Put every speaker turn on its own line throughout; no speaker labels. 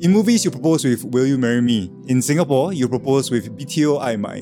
In movies, you propose with Will You Marry Me? In Singapore, you propose with BTO I Mai.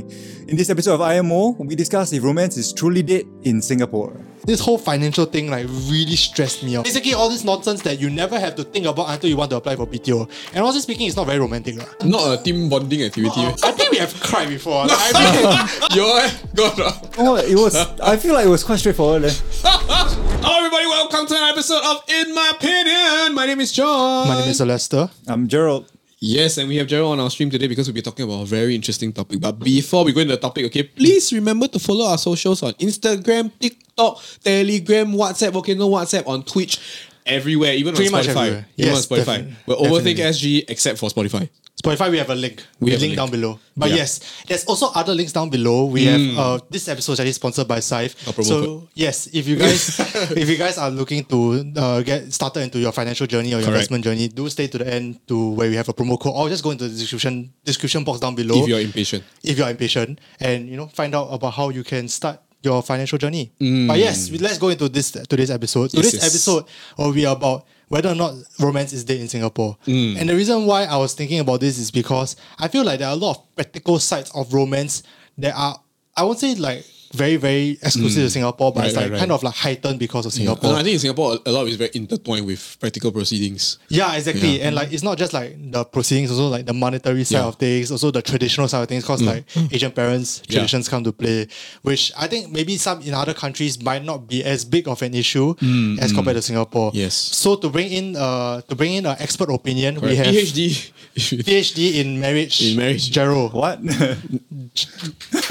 In this episode of IMO, we discuss if romance is truly dead in Singapore.
This whole financial thing like really stressed me out. Basically, all this nonsense that you never have to think about until you want to apply for BTO. And honestly speaking, it's not very romantic. lah.
Not a team bonding activity.
I think we have cried before. Like, I mean,
you all eh? Got a-
Oh, it was. I feel like it was quite straightforward. eh?
Hello, everybody. Welcome to an episode of In My Opinion. My name is John.
my name is Celeste.
I'm Um, Gerald.
Yes, and we have Gerald on our stream today because we'll be talking about a very interesting topic. But before we go into the topic, okay, please remember to follow our socials on Instagram, TikTok, Telegram, WhatsApp, okay, no WhatsApp, on Twitch, everywhere, even
Pretty
on
much
Spotify.
everywhere. Yes,
Even on Spotify.
definitely.
We're Overthink
Definitely.
SG except for Spotify.
Spotify, we have a link.
We
We
have a
link
link.
down below. But
Yeah. Mm.
yes, there's also other links down below. We have uh, this episode is actually sponsored by Saif.
promo
So
code.
yes, if you guys if you guys are looking to uh, get started into your financial journey or your
Correct.
investment journey, do stay to the end to where we have a promo code, or just go into the description description box down below
If you're impatient.
if you're impatient and you know find out about how you can start your financial journey. But yes, we- let's go into this today's episode. Today's
Mm. yes.
episode will be about whether or not romance is dead in Singapore.
Mm.
And the reason why I was thinking about this is because I feel like there are a lot of practical sides of romance that are I won't say like very very exclusive to Singapore, but
Mm. Right,
it's like
right, right.
kind of like heightened because of Singapore.
And I think in Singapore, a a lot is very intertwined with practical proceedings.
Yeah, exactly.
Yeah.
And like it's not just like the proceedings, also like the monetary side
Yeah. Mm.
of things, also the traditional side of things, because like Asian parents
Yeah.
traditions come to play, which I think maybe some in other countries might not be as big of an issue as compared to Singapore.
Mm, Yes.
So to bring in uh to bring in an expert opinion, we have
PhD. if you-
PhD in marriage.
In marriage.
Gerald.
What?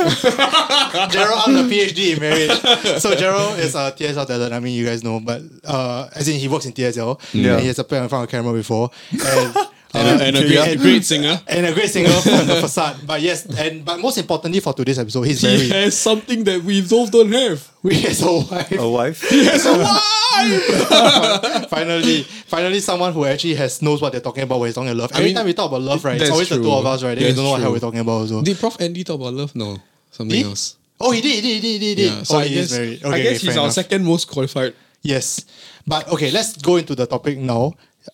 Gerald, I'm the PhD in marriage. So Gerald is a TSL talent. I mean, you guys know, but uh, as in he works in TSL.
Yeah.
And he has appeared in front of camera before. And, um,
and a, and a great,
and-
great singer.
and a great singer from the facade. But yes, and but most importantly for today's episode, he's
He
very
has something that we both don't have.
we has a wife.
Oh.
A wife?
finally, finally, someone who actually has knows what they're talking about when he's talking about love. Every
mean,
time we talk about love, right? It's
that's
always the two
true.
of us, right? Then we
That's
don't know what hell
true.
we're talking about. Also,
Did Prof Andy talk about love? No, something
Did he?
else.
oh, he did, he did, he did, he did.
Yeah, so
oh,
I
he
guess,
is married.
I
Okay,
guess
okay,
he's
fair
our
enough.
second most qualified.
Yes. But okay, let's go into the topic now.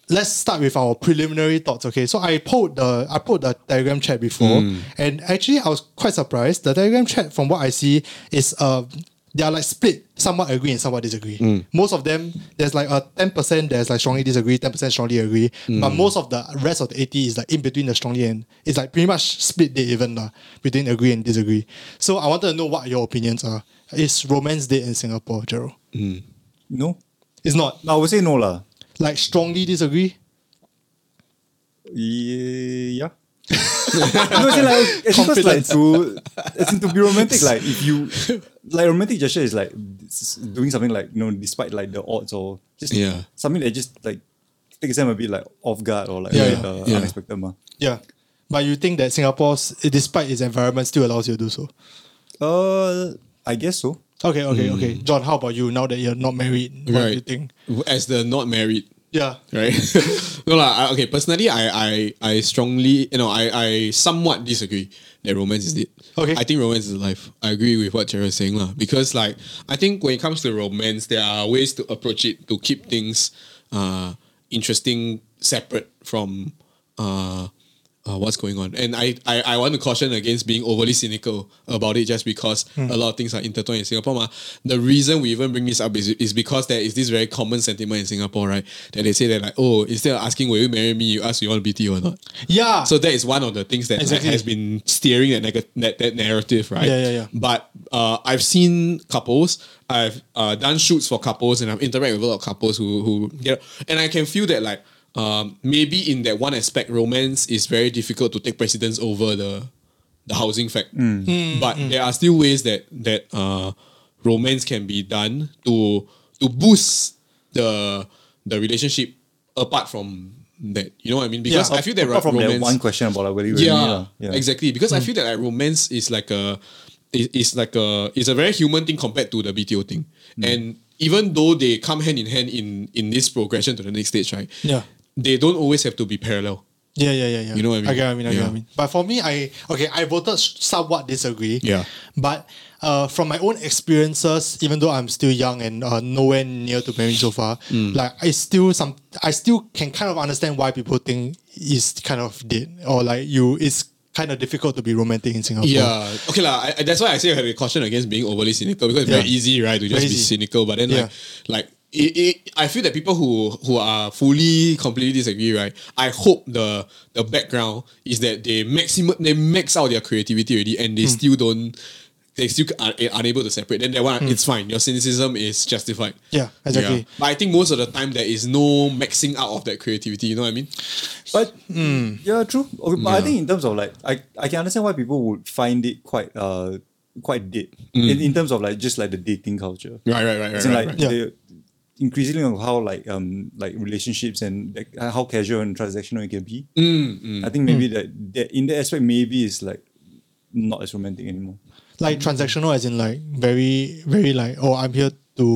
Let's start with our preliminary thoughts. Okay, so I pulled the I pulled the Telegram chat before, and actually I was quite surprised. The Telegram chat, from what I see, is uh they are like split. Somewhat agree and somewhat disagree. Most of them, there's like a ten percent that's like strongly disagree, ten percent strongly agree. But most of the rest of the eighty is like in between the strongly and it's like pretty much split. They even lah between agree and disagree. So I wanted to know what your opinions are. Is romance dead in Singapore, Gerald?
no.
It's not
I would say no lah.
like strongly disagree.
Ye- Yeah. no, it's like it's because like to it's to be romantic. Like if you like romantic gesture is like s- doing something like you know despite like the odds or just
Yeah.
something that just like takes them a bit like off guard or like
Yeah,
like,
yeah,
uh,
yeah.
unexpected. mah.
Yeah. But you think that Singapore's, despite its environment, still allows you to do so?
Uh, I guess so.
Okay, okay,
Hmm.
okay. John, how about you now that you're not married? What do you think?
As the not married,
Yeah.
right? no lah. I- Okay, personally, I, I, I strongly, you know, I, I somewhat disagree that romance is it.
Okay.
I think romance is alive. I agree with what Jared is saying lah. Because like, I think when it comes to romance, there are ways to approach it to keep things, uh, interesting, separate from, uh. Uh, what's going on? And I, I, I want to caution against being overly cynical about it just because a lot of things are intertwined in Singapore. Ma. The reason we even bring this up is, is because there is this very common sentiment in Singapore, right? That they say that like, oh, instead of asking will you marry me, you ask you want to BT or not.
Yeah.
So that is one of the things that like,
Exactly.
has been steering that, neg- that that narrative, right?
Yeah, yeah, yeah.
But uh, I've seen couples, I've uh, done shoots for couples, and I've interacted with a lot of couples who who get, and I can feel that like um, maybe in that one aspect, romance is very difficult to take precedence over the the housing fact.
Hmm,
But there are still ways that that uh, romance can be done to to boost the the relationship apart from that. You know what I mean? Because
Yeah,
I feel that
Apart from that
romance
one question about like whether you
yeah,
really, yeah. Hmm.
exactly. Because I feel that like romance is like a is, is like a is a very human thing compared to the BTO thing.
Hmm.
And even though they come hand in hand in in this progression to the next stage, right?
Yeah.
They don't always have to be parallel.
Yeah, yeah, yeah, yeah.
You know what I mean?
I get what I mean. I get
Yeah.
what I mean. But for me, I okay, I voted somewhat disagree.
Yeah.
But uh, from my own experiences, even though I'm still young and uh, nowhere near to marriage so far,
Hmm.
like I still some I still can kind of understand why people think it's kind of dead or like you it's kind of difficult to be romantic in Singapore.
Yeah. Okay, lah. I, I- that's why I say I have a caution against being overly cynical because it's
Yeah.
very easy, right, to just
Very
be
easy.
cynical. But then,
Yeah.
like, like it, it, I feel that people who who are fully completely disagree, right? I hope the the background is that they maximum they max out their creativity already, and they
Hmm.
still don't. They still are, are unable to separate. Then that one, it's fine. Your cynicism is justified.
Hmm. Yeah, exactly.
But I think most of the time there is no maxing out of that creativity. You know what I mean?
But yeah, true. Okay, but I
Hmm. Yeah.
think in terms of like, I, I can understand why people would find it quite uh quite dead
Hmm.
in, in terms of like just like the dating culture.
Right, right, right, right.
As in,
right,
like
right.
Yeah.
the- increasingly on how like um like relationships and like, how casual and transactional it can be. I think
Mm.
maybe that, that in that aspect maybe it's like not as romantic anymore.
Like transactional as in like very, very like, oh I'm here to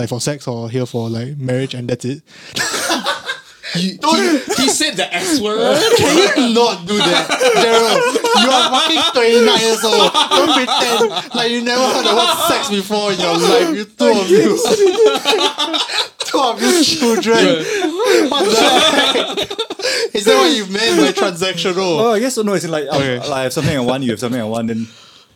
like for sex or here for like marriage and that's it.
He, he, he said the S word.
Can you not do that, Gerald? You are fucking 29 years old. Don't pretend like you never heard the word sex before in your life. You two of you. two of you children. What the heck? Is that what you meant by transactional?
Oh, I guess no. It's in like, I-
Okay.
like I have something I want, you have something I want, then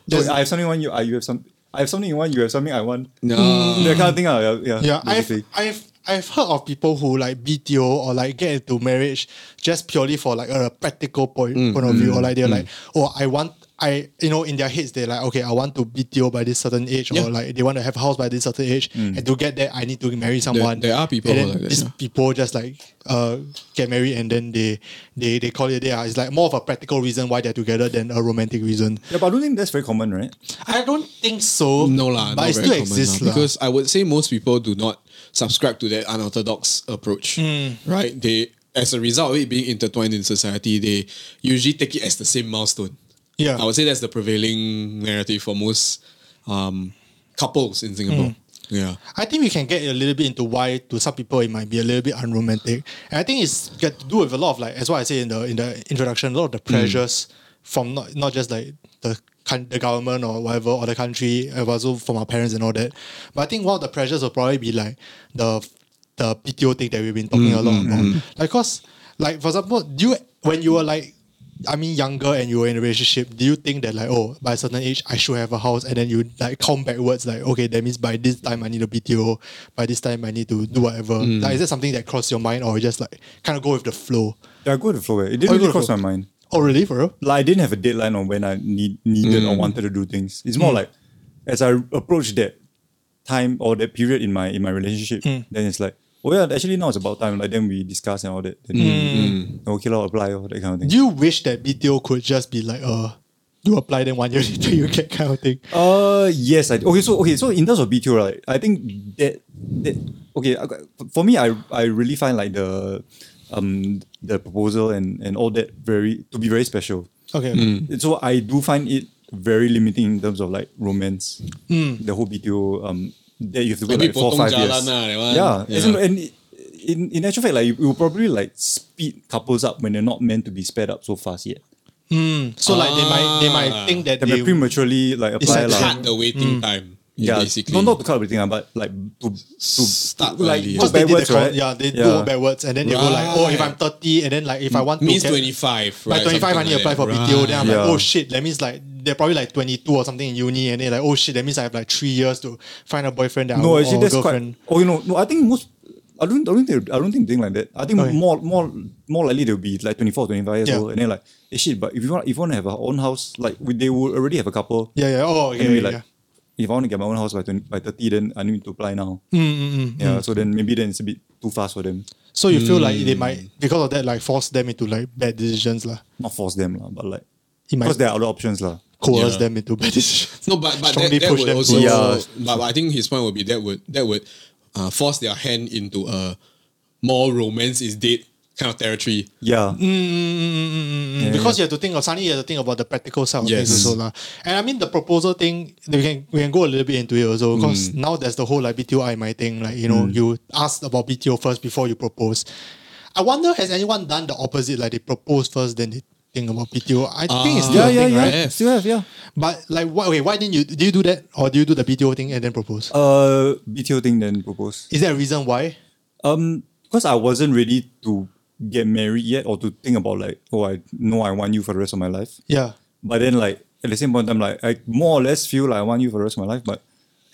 Just-
Oh, I have something I want, you I you have some. I have something you want, you have something I want.
No.
That kind of thing. Uh, yeah,
Yeah, I've,
basically.
I've, I've heard of people who like BTO or like get into marriage just purely for like a practical point,
Mm,
point of view or like they're like, oh, I want, I, you know, in their heads, they're like, okay, I want to BTO by this certain age
Yeah. Mm.
or like they want to have a house by this certain age. And to get there, I need to marry someone.
there are people
and then
who are like that,
these
yeah.
people just like uh, get married and then they, they, they call it there. It's like more of a practical reason why they're together than a romantic reason.
yeah, but I don't think that's very common, right?
I don't think so.
No lah,
But
not
it
very
still
common
exists
lah,
lah.
because I would say most people do not subscribe to that unorthodox approach,
Hmm.
right? They, as a result of it being intertwined in society, they usually take it as the same milestone.
Yeah.
I would say that's the prevailing narrative for most um, couples in Singapore.
Hmm.
Yeah,
I think we can get a little bit into why to some people it might be a little bit unromantic. And I think it's got to do with a lot of like as what I say in the in the introduction, a lot of the pressures from not not just like the coun- the government or whatever or the country, uh, but also from our parents and all that. But I think one of the pressures will probably be like the the PTO thing that we've been talking a lot about. Like cause like for example, do you when you were like I mean younger and you were in a relationship, do you think that like, oh, by a certain age I should have a house and then you like count backwards like, okay, that means by this time I need a BTO, by this time I need to do whatever. Like is that something that crossed your mind or you just like kind of go with the flow?
Yeah, I go with the flow. eh. It
Oh,
didn't
you
really
go with
cross
the
my
flow.
mind.
Oh really for real?
Like I didn't have a deadline on when I need, needed or wanted to do things. It's more like as I approach that time or that period in my in my relationship, then it's like, oh yeah, actually now it's about time. Like then we discuss and all that. Then okay, I'll apply or that kind of thing.
Do you wish that BTO could just be like uh you apply then one year later you get kind of thing?
Uh yes, I okay. So okay, so in terms of BTO, right? I think that that okay I got- for me, I I really find like the um the proposal and and all that very to be very special.
Okay.
Mm. So I do find it very limiting in terms of like romance. The whole BTO um that you have to wait
Maybe
like four
Mm. potong
five years.
jalan lah, that one.
yeah, as in-
Yeah.
and it- in in actual fact, like you will probably like speed couples up when they're not meant to be sped up so fast yet.
So like they might they
Ah.
might think that
They
they
may prematurely like apply
like
lah.
cut the waiting time.
Yeah,
basically.
Hmm. no, not to cut everything, ah, but like to, to to,
Start
like
early,
go
because they did the
backwards, right?
count- Yeah, they go backwards and then they go like, oh, if I'm 30 and then like if I want
means
to get-
twenty five.
by
Right,
25 I
Something
need to apply
like
for
that.
BTO. Then I'm like,
Yeah.
oh shit, that means like they're probably like 22 or something in uni, and they're like, oh shit, that means I have like three years to find a boyfriend that
No,
I,
actually,
or
that's
girlfriend.
quite. Oh, you know, no, I think most. I don't, I don't think I don't think they're like that. I think
Okay.
more more more likely they'll be like 24, 25 years
Yeah.
old, and then like eh, shit. But if you want if you want to have our own house, like we, they will already have a couple.
Yeah, yeah. Oh, okay,
And we
yeah,
like,
yeah.
if I want to get my own house by 20, by thirty, then I need to apply now.
Mm,
yeah, so then maybe then it's a bit too fast for them.
So you feel like
mm.
they might because of that like force them into like bad decisions lah,
Not force them lah, but like
It might-
because there are other options lah.
coerce
Yeah.
them into bad decisions.
No, but but that,
Strongly
that
push
would
them
also.
towards-
But, but I think his point would be that would that would uh, force their hand into a more romance is dead kind of territory.
Yeah,
Mm.
Yeah.
because you have to think of suddenly you have to think about the practical side of
Yes.
things also lah. And I mean the proposal thing, we can we can go a little bit into it also because
Mm.
now there's the whole like BTO I my thing, like you know you ask about BTO first before you propose. I wonder has anyone done the opposite, like they propose first, then they think about PTO? I think it's still
Yeah,
a
Ah. yeah,
thing,
yeah.
right?
right?
Still have, yeah.
But like, why, okay, why didn't you do you do that, or do you do the PTO thing and then propose?
Uh, BTO thing then propose.
Is there a reason why?
Um, because I wasn't ready to get married yet, or to think about like, oh, I know I want you for the rest of my life.
Yeah,
But then, like at the same point, I'm like, I more or less feel like I want you for the rest of my life, but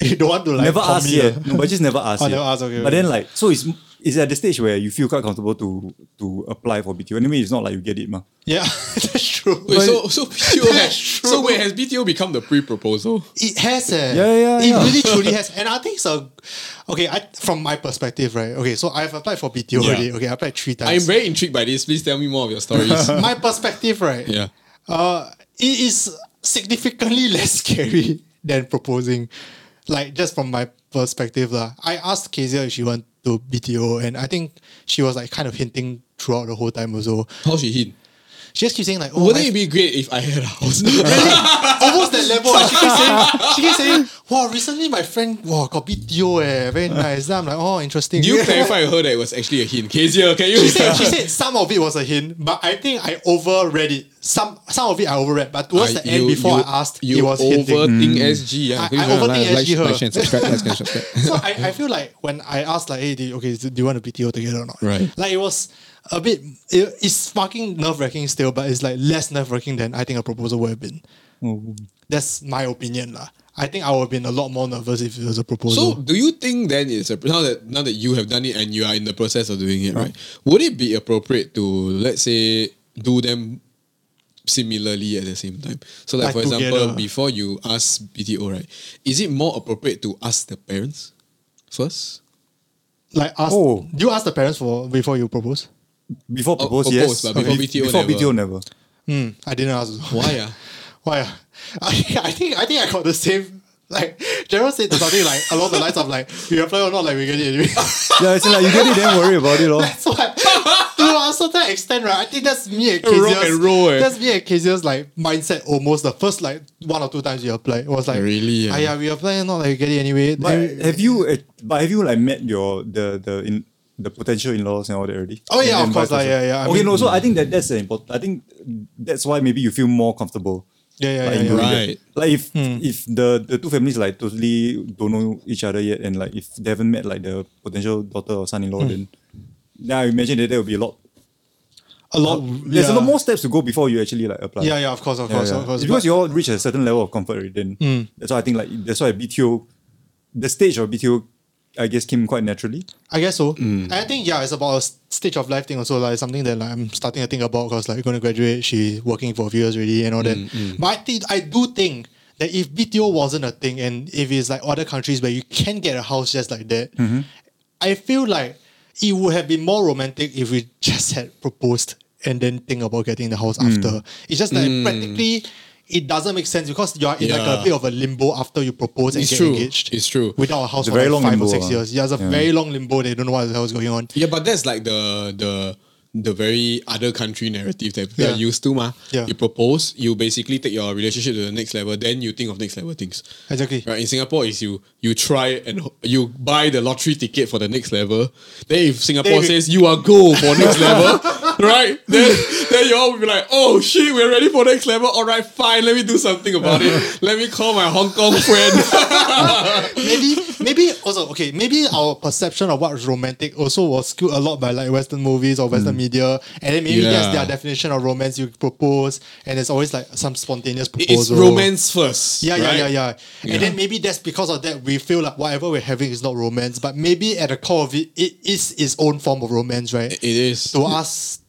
you don't want to like
never ask
commit,
yet.
ah.
No, but just never ask.
Oh,
yet.
never ask, okay,
But
okay.
then, like, so it's it's at the stage where you feel quite comfortable to to apply for BTO. Anyway, it's not like you get it, ma.
Yeah, that's true.
Wait, so so BTO has,
That's true.
so wait has BTO become the pre-proposal?
It has, eh.
Yeah, yeah,
It
yeah.
really truly has, and I think so. Okay, I from my perspective, right? Okay, so I've applied for BTO
Yeah.
already. Okay, I applied three
I am
times.
very intrigued by this. Please tell me more of your stories.
my perspective, right?
yeah.
Uh, it is significantly less scary than proposing. Like just from my perspective, lah. I asked Kezia if she want to BTO, and I think she was like kind of hinting throughout the whole time also.
How she hint?
She just keeps saying like, "Oh,
Wouldn't
I-
it be great if I had a house?
almost that level. ah. She keeps saying, she keeps saying, wow, recently my friend wow, got BTO eh, very nice. Then I'm like, oh, interesting.
you clarify with her that it was actually a hint. Kezia, can you?
she said she said some of it was a hint, but I think I overread it. Some some of it I overread, but towards the end before I asked,
you
it was
overthink
hinting.
SG.
I-
Yeah,
I
Please don't lie.
overthink
Like,
SG her.
like, share, and subscribe, like, share, and subscribe.
so I, I feel like when I asked like, hey, do you, okay, do you want a BTO together or not?
Right.
Like it was a bit. It, it's fucking nerve wracking still, but it's like less nerve wracking than I think a proposal would have been.
Oh.
That's my opinion, lah. I think I would have been a lot more nervous if it was a proposal.
So, do you think then it's a, now that now that you have done it and you are in the process of doing it, right? Would it be appropriate to let's say do them similarly at the same time? So, like,
Like
for example,
together.
before you ask BTO, right? Is it more appropriate to ask the parents first?
Like ask
Oh.
do you ask the parents for before you propose?
Before
Oh,
propose, yes.
propose, but before
Be-
BTO
before
never.
BTO never.
Hmm. I didn't ask.
Why? ah?
Why? ah? I, I think I think I got the same like Gerald said something like along the lines of like we apply or not like we get it anyway.
yeah, it's like you get it, then worry about it, lor.
so I, to a certain extent, right? I think that's me and Kezia's,
Rock and roll, eh?
That's me and Kezia's like mindset almost the first like one or two times we applied. It was like
Really,
Ah,
eh?
yeah, we apply or not like we get it anyway.
But
Then-
have you? eh, But have you like met your the the in the potential in laws and all that already?
Oh, yeah,
And then
of course,
vice
lah, yeah,
versa.
yeah, I
okay,
mean-
no. So I think that that's important. I think that's why maybe you feel more comfortable.
Yeah, yeah,
like,
yeah,
in
yeah.
doing that.
Right.
Like if if the the two families like totally don't know each other yet, and like if they haven't met like the potential daughter or son-in-law, then now I imagine that there will be a lot.
a lot
There's a lot
Oh, yeah.
more steps to go before you actually like apply.
Yeah, yeah, of course, of
Yeah,
course,
yeah.
of course.
It's because
But-
you all reach a certain level of comfort already, then that's why I think like that's why BTO, the stage of BTO, I guess came quite naturally.
I guess so.
Mm.
And I think yeah, it's about a s- stage of life thing also. Like it's something that like, I'm starting to think about because like going to graduate, she's working for a few years already and all
Mm,
that. But I think I do think that if BTO wasn't a thing and if it's like other countries where you can get a house just like that,
Mm-hmm.
I feel like it would have been more romantic if we just had proposed and then think about getting the
Mm.
house after. It's just like practically. It doesn't make sense because you are in like
Yeah.
a bit of a limbo after you propose and
It's
get
true.
engaged.
It's true.
Without a house
It's a
for
very long
like five
limbo,
or six
ah.
years. Yeah, it's a
Yeah.
very long limbo. They don't know what the hell is going on.
Yeah, but that's like the the the very other country narrative that people
Yeah.
are used to, ma.
Yeah.
You propose, you basically take your relationship to the next level, then you think of next level things.
Exactly.
Right? In Singapore, is you you try and ho- you buy the lottery ticket for the next level. Then if Singapore
Then you-
says you are go for next level, right? Then then you all will be like, oh shit, we're ready for next level. All right, fine. Let me do something about it. Let me call my Hong Kong friend.
maybe, maybe also okay. Maybe our perception of what is romantic also was skewed a lot by like Western movies or
Hmm.
Western media, and then maybe
Yeah.
that's their definition of romance. You propose, and it's always like some spontaneous proposal.
it's romance first.
Yeah,
right?
yeah, yeah, yeah. And
Yeah.
then maybe that's because of that we feel like whatever we're having is not romance, but maybe at the core of it, it is its own form of romance, right?
It is.
to us,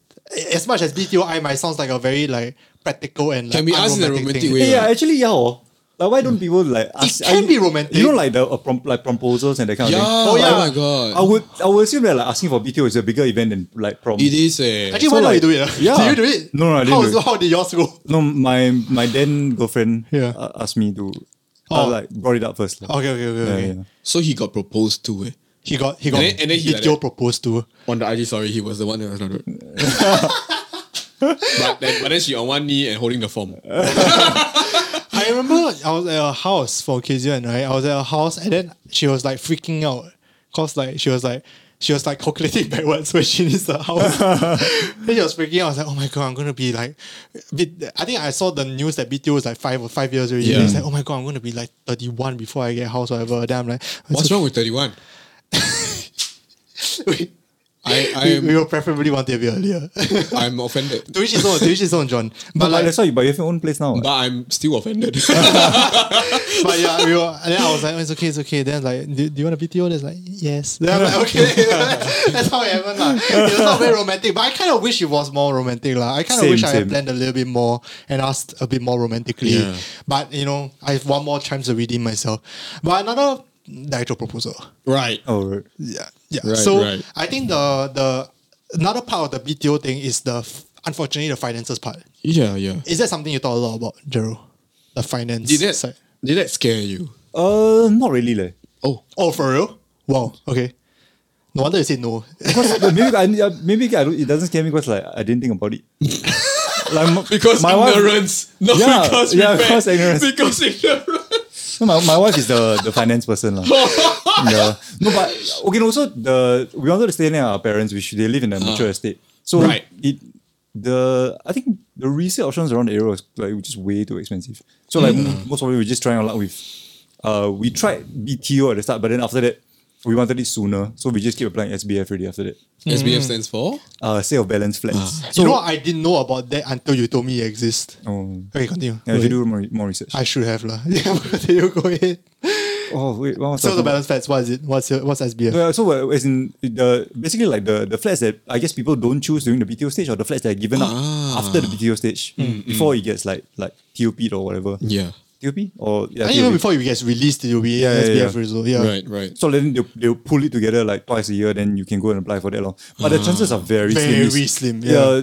as much as BTOI might sounds like a very like practical and like,
Can be asked in a
unromantic
romantic
thing.
way.
Yeah,
Yeah.
actually, yeah. Oh. Like, why don't people like ask?
can
I-
be romantic.
You know, like the uh, prom- like proposals and that kind
Yeah,
of thing.
oh
Like,
my God.
I would I would assume that like asking for BTO is a bigger event than like prom.
It is. Eh.
Actually,
So,
why not you
like,
do it? ah?
yeah.
Did you do it?
No, no, I didn't
How,
do
so
it.
how did yours go?
No, my my then girlfriend
Yeah.
uh, asked me to.
Oh.
I like brought it up first. like.
Okay, okay, okay.
Yeah,
okay.
yeah.
So he got proposed to eh.
He got he got
then- and then he like
BTO
that.
proposed to.
On the IG story, he was the one that was not. but, then, but then she on one knee and holding the form.
I remember I was at a house for Kezia and I. I was at a house and then she was like freaking out. Cause like she was like, she was like calculating backwards when she needs the house. then she was freaking out. I was like, oh my god, I'm gonna be like, bit- I think I saw the news that BTO was like five or five years already.
Yeah.
It's like, oh my god, I'm gonna be like 31 before I get house, whatever. Then I'm like,
What's wrong with 31?
we,
I, I
we
am
were preferably one day a bit earlier.
I'm offended.
to each his own. To each his own, John. But
But
like,
that's why you, but you have your own place now. what?
But I'm still offended.
but yeah, we were. And then I was like, oh, it's okay, it's okay. Then like, do, do you want a BTO? And it's like, yes. Then I'm like, okay, that's how it happened. Like, it was not very romantic, but I kind of wish it was more romantic. Like, I kind of
Same,
wish I had
same.
planned a little bit more and asked a bit more romantically.
Yeah.
But you know, I have one more chance to redeem myself. But another the actual proposal.
right.
oh, right.
Yeah, yeah.
Right,
so
right.
I think the the another part of the BTO thing is the f- unfortunately the finances part.
Yeah, yeah.
Is that something you thought a lot about, Gerald? The finance
Did that
side.
did that scare you?
Uh, not really, leh.
Oh,
Oh, for real? Wow. Okay. No wonder you said no.
Because but maybe I uh, maybe I don't, it doesn't scare me because like I didn't think about it. like my,
because
my wife,
ignorance, not
Yeah,
because
yeah,
regret,
because ignorance.
Because ignorance.
no, my, my wife is the the finance person lah. yeah. No, but okay. Also, the we wanted to stay near our parents, which they live in a mature estate. So
Right.
it the I think the resale options around the area was like just way too expensive. So like most of it, we just trying our luck with. Uh, we tried BTO at the start, but then after that, we wanted it sooner, so we just keep applying SBF already after that.
SBF stands for.
Uh, sale of balance flats.
you know what? I didn't know about that until you told me it exists.
Oh.
Okay, continue.
Yeah,
Go
if you
ahead.
do more, more research.
I should have lah. Yeah, but continue. Go ahead.
oh wait, what was I
So the
talking about?
balance flats. What is it? What's your, what's SBF?
Well, so uh, as in the basically like the, the flats that I guess people don't choose during the BTO stage or the flats that are given up
Ah.
after the BTO stage
Mm,
before it gets like like TOP or whatever.
Yeah.
TOP or yeah.
I think even
TOP.
before you get released, you'll be yeah,
yeah,
SBF
yeah.
result. Yeah.
Right, right.
So then they'll, they'll pull it together like twice a year, then you can go and apply for that. Long. But the chances are very,
Ah. Very
slim. It's-
slim, yeah.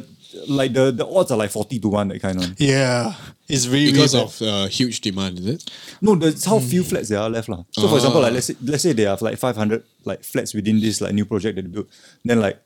Like the, the odds are like 40 to 1, that kind of.
Yeah. It's really
Because
really
of uh, huge demand, is it?
No, that's how
Hmm.
few flats there are left. lah. So
Ah.
for example, like let's say, let's say they have like 500 like flats within this like new project that they built. Then like